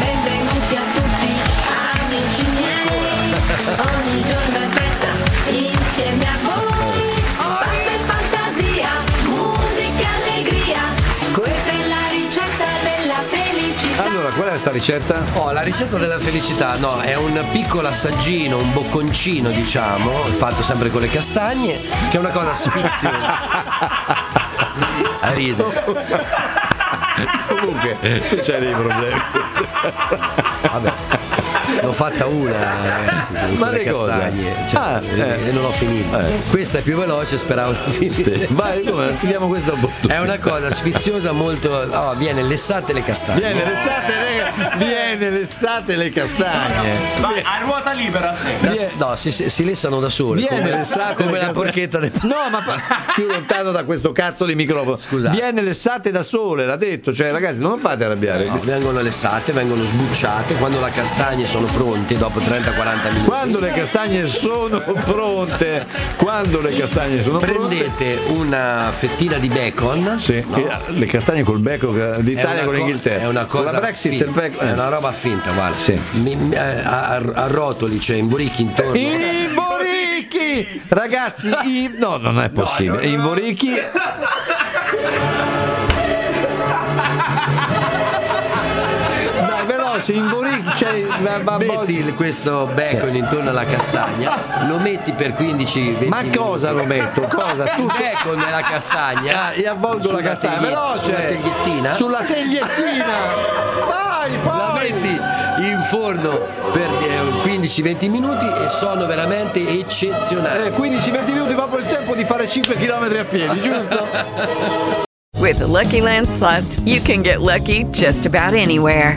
Benvenuti a tutti amici miei Ogni giorno è festa insieme a voi Pasta e fantasia, musica e allegria Questa è la ricetta della felicità Allora, qual è sta ricetta? Oh, la ricetta della felicità, no, è un piccolo assaggino, un bocconcino, diciamo, fatto sempre con le castagne, che è una cosa sfiziosa. A ridere. Comunque, tu c'hai dei problemi. Vabbè. L'ho fatta una, ragazzi, con Ma le che cosa? castagne. Cioè, Ah, eh. E non ho finito. Questa è più veloce, speravo di finire. Vai, come? Chiudiamo questa È opportunità. una cosa sfiziosa molto. Oh, viene lessate le castagne. Viene l'estate, raga, Eh, viene l'estate le castagne. Vai, a ruota libera, Stefano. Da- no, si, si- si lessano da sole. Viene come l'estate come le la castagne. porchetta del No, ma pa- più lontano da questo cazzo di microfono. Scusate. Viene l'estate da sole, l'ha detto, cioè ragazzi, non lo fate arrabbiare. No, vengono lessate, vengono sbucciate. Quando le castagne sono pronte, dopo 30-40 minuti, Quando le castagne sono pronte, quando le castagne sono pronte, prendete una fettina di bacon. Sì, no? che- le castagne col becco che- È l'Italia una con co- l'Inghilterra. È una cosa. Con la Brexit finta, il becco- eh. È una roba finta, guarda. Sì. Eh, Mi- mi- eh, a, a- a rotoli, cioè in buricchi intorno. I Boricchi! Ragazzi, i- no, non è possibile. I Boricchi Dai, veloce, cioè, in Boricchi c'è la babbo- Metti il- questo bacon intorno alla castagna, lo metti per 15-20 Ma minuti. cosa lo metto? Cosa? Il Tutto bacon e la castagna. Ah, io avvolgo Ecco. Sulla la castagna, teglie- veloce! Sulla tegliettina. Sulla tegliettina! Vai, La vai! metti in forno per eh, 15-20 minuti e sono veramente eccezionali. Eh, 15-20 minuti proprio il tempo di fare 5 km a piedi, giusto? With the Lucky Land slots, you can get lucky just about anywhere.